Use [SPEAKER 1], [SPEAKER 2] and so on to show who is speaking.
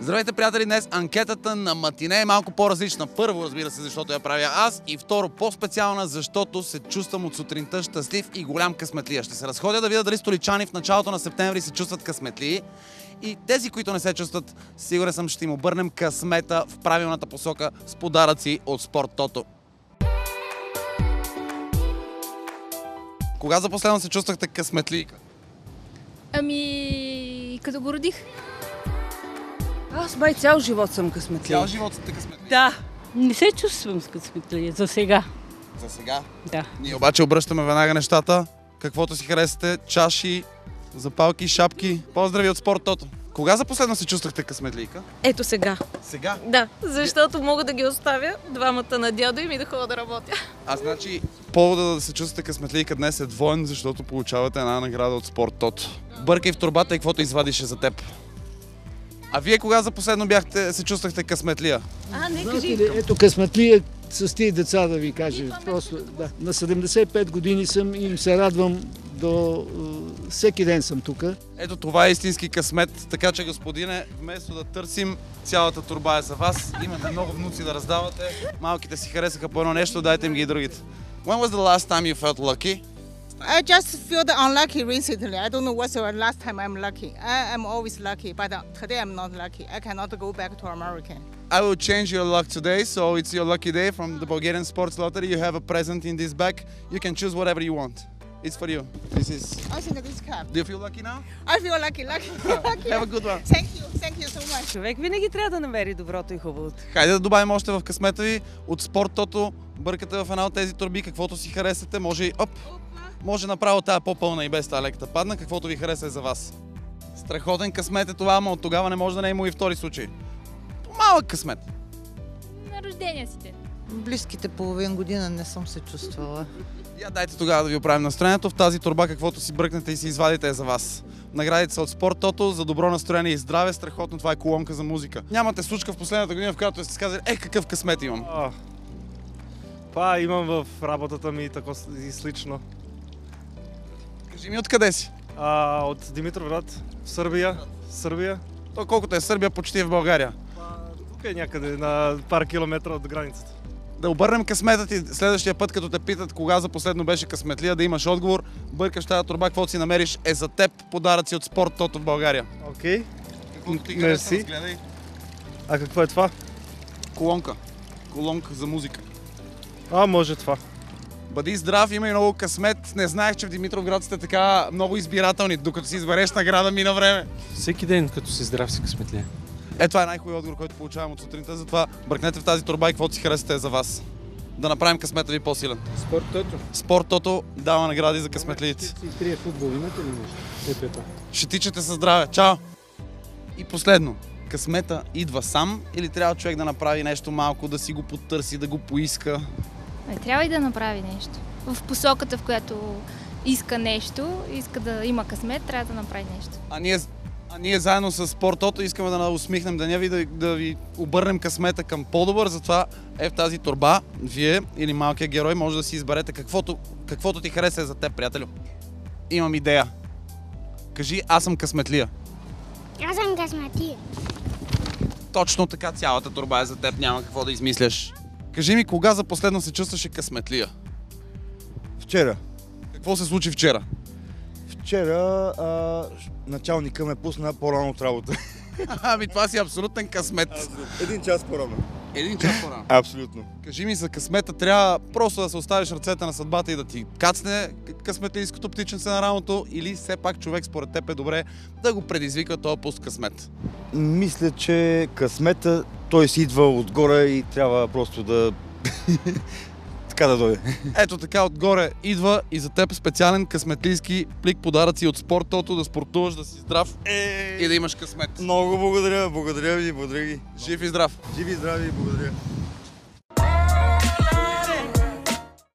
[SPEAKER 1] Здравейте, приятели! Днес анкетата на Матине е малко по-различна. Първо, разбира се, защото я правя аз. И второ, по-специална, защото се чувствам от сутринта щастлив и голям късметлия. Ще се разходя да видя дали столичани в началото на септември се чувстват късметли. И тези, които не се чувстват, сигурен съм, ще им обърнем късмета в правилната посока с подаръци от Спорт Тото. Кога за последно се чувствахте късметлийка?
[SPEAKER 2] Ами, като го родих.
[SPEAKER 3] Аз май цял живот съм късметлия.
[SPEAKER 1] Цял живот сте късметли.
[SPEAKER 3] Да.
[SPEAKER 4] Не се чувствам с късметлия за сега.
[SPEAKER 1] За сега.
[SPEAKER 4] Да.
[SPEAKER 1] Ние обаче обръщаме веднага нещата. Каквото си харесате, чаши, запалки, шапки. Поздрави от Спорт Тото. Кога за последно се чувствахте късметлийка?
[SPEAKER 5] Ето сега.
[SPEAKER 1] Сега.
[SPEAKER 5] Да, защото мога да ги оставя двамата на дядо им и да ходя да работя.
[SPEAKER 1] А значи повода да се чувствате късметлийка днес е двоен, защото получавате една награда от Спорт Тото. Бъркай в турбата и каквото извадише за теб. А вие кога за последно бяхте, се чувствахте късметлия?
[SPEAKER 5] А, не
[SPEAKER 6] Знаете ли, ето късметлия с тия деца да ви кажа. Просто, да. На 75 години съм и им се радвам до... е, Всеки ден съм тук.
[SPEAKER 1] Ето това е истински късмет, така че господине, вместо да търсим, цялата турба е за вас. Имате много внуци да раздавате. Малките си харесаха по едно нещо, дайте им ги и другите. When was the last time you felt lucky?
[SPEAKER 7] I just feel the unlucky recently. I don't know what's the last time I'm lucky. I am always lucky, but uh, today I'm not lucky. I cannot go back to America.
[SPEAKER 1] I will change your luck today, so it's your lucky day from the Bulgarian Sports Lottery. You have a present in this bag. You can choose whatever you want. It's for you. This is...
[SPEAKER 7] I think this cup.
[SPEAKER 1] Do you feel lucky now?
[SPEAKER 7] I feel lucky, lucky, lucky.
[SPEAKER 1] Have a good one.
[SPEAKER 7] Thank you, thank you so much.
[SPEAKER 3] Човек винаги трябва да намери доброто и хубавото.
[SPEAKER 1] Хайде да добавим още в късмета ви от спортото. Бъркате в една от тези турби, каквото си харесате, може и оп. Може направо тая по-пълна и без тая леката падна, каквото ви хареса е за вас. Страхотен късмет е това, ама от тогава не може да не е имало и втори случай. Малък късмет.
[SPEAKER 2] На рождения си ден.
[SPEAKER 8] Близките половин година не съм се чувствала.
[SPEAKER 1] Я дайте тогава да ви оправим настроението. В тази турба каквото си бръкнете и си извадите е за вас. Наградите са от Спорт Тото за добро настроение и здраве. Страхотно това е колонка за музика. Нямате случка в последната година, в която сте си казали, е какъв късмет имам.
[SPEAKER 9] А, Па имам в работата ми тако с- и с лично.
[SPEAKER 1] Кажи ми откъде си?
[SPEAKER 9] А, от Димитровград, в Сърбия. Сърбия.
[SPEAKER 1] То колкото е Сърбия, почти е в България.
[SPEAKER 9] Тук е някъде на пар километра от границата.
[SPEAKER 1] Да обърнем късмета ти следващия път, като те питат кога за последно беше късметлия, да имаш отговор. Бъркаш тази турба, каквото си намериш е за теб подаръци от спорт Тото в България.
[SPEAKER 9] Окей.
[SPEAKER 1] Каквото ти
[SPEAKER 9] Мерси.
[SPEAKER 1] хареса, разгледай.
[SPEAKER 9] А какво е това?
[SPEAKER 1] Колонка. Колонка за музика.
[SPEAKER 9] А, може това.
[SPEAKER 1] Бъди здрав, има и много късмет. Не знаех, че в Димитровград сте така много избирателни. Докато си избереш награда, мина време.
[SPEAKER 10] Всеки ден, като си здрав, си късметлия.
[SPEAKER 1] Е, това е най-хубавият отговор, който получавам от сутринта. Затова бръкнете в тази турба и каквото си харесате е за вас. Да направим късмета ви по-силен.
[SPEAKER 6] Спортото.
[SPEAKER 1] Спорт Тото дава награди за късметлиите.
[SPEAKER 6] Трия футбол имате ли нещо? Епето.
[SPEAKER 1] Ще тичате със здраве. Чао! И последно. Късмета идва сам или трябва човек да направи нещо малко, да си го потърси, да го поиска?
[SPEAKER 2] Ай, Е, трябва и да направи нещо. В посоката, в която иска нещо, иска да има късмет, трябва да направи нещо.
[SPEAKER 1] А ние, а ние заедно с Спортото искаме да усмихнем деня ви, да, да ви обърнем късмета към по-добър, затова е в тази турба. Вие или малкият герой може да си изберете каквото, каквото ти хареса е за теб, приятелю. Имам идея. Кажи, аз съм късметлия.
[SPEAKER 11] Аз съм късметия.
[SPEAKER 1] Точно така цялата турба е за теб, няма какво да измисляш. Кажи ми, кога за последно се чувстваше късметлия?
[SPEAKER 12] Вчера.
[SPEAKER 1] Какво се случи вчера?
[SPEAKER 12] Вчера а, началника ме пусна по-рано от работа.
[SPEAKER 1] Ами това си абсолютен късмет.
[SPEAKER 12] Един час по-рано.
[SPEAKER 1] Един час по-рано.
[SPEAKER 12] Абсолютно.
[SPEAKER 1] Кажи ми за късмета, трябва просто да се оставиш в ръцете на съдбата и да ти кацне късметлийското птиченце на рамото или все пак човек според теб е добре да го предизвика този пуст късмет.
[SPEAKER 12] Мисля, че късмета той си идва отгоре и трябва просто да... така да дойде.
[SPEAKER 1] Ето така отгоре идва и за теб специален късметлийски плик подаръци от спортото, да спортуваш, да си здрав и да имаш късмет.
[SPEAKER 12] Много Е. благодаря, благодаря ви, благодаря ви.
[SPEAKER 1] Жив и здрав!
[SPEAKER 12] Живи и здрави, благодаря.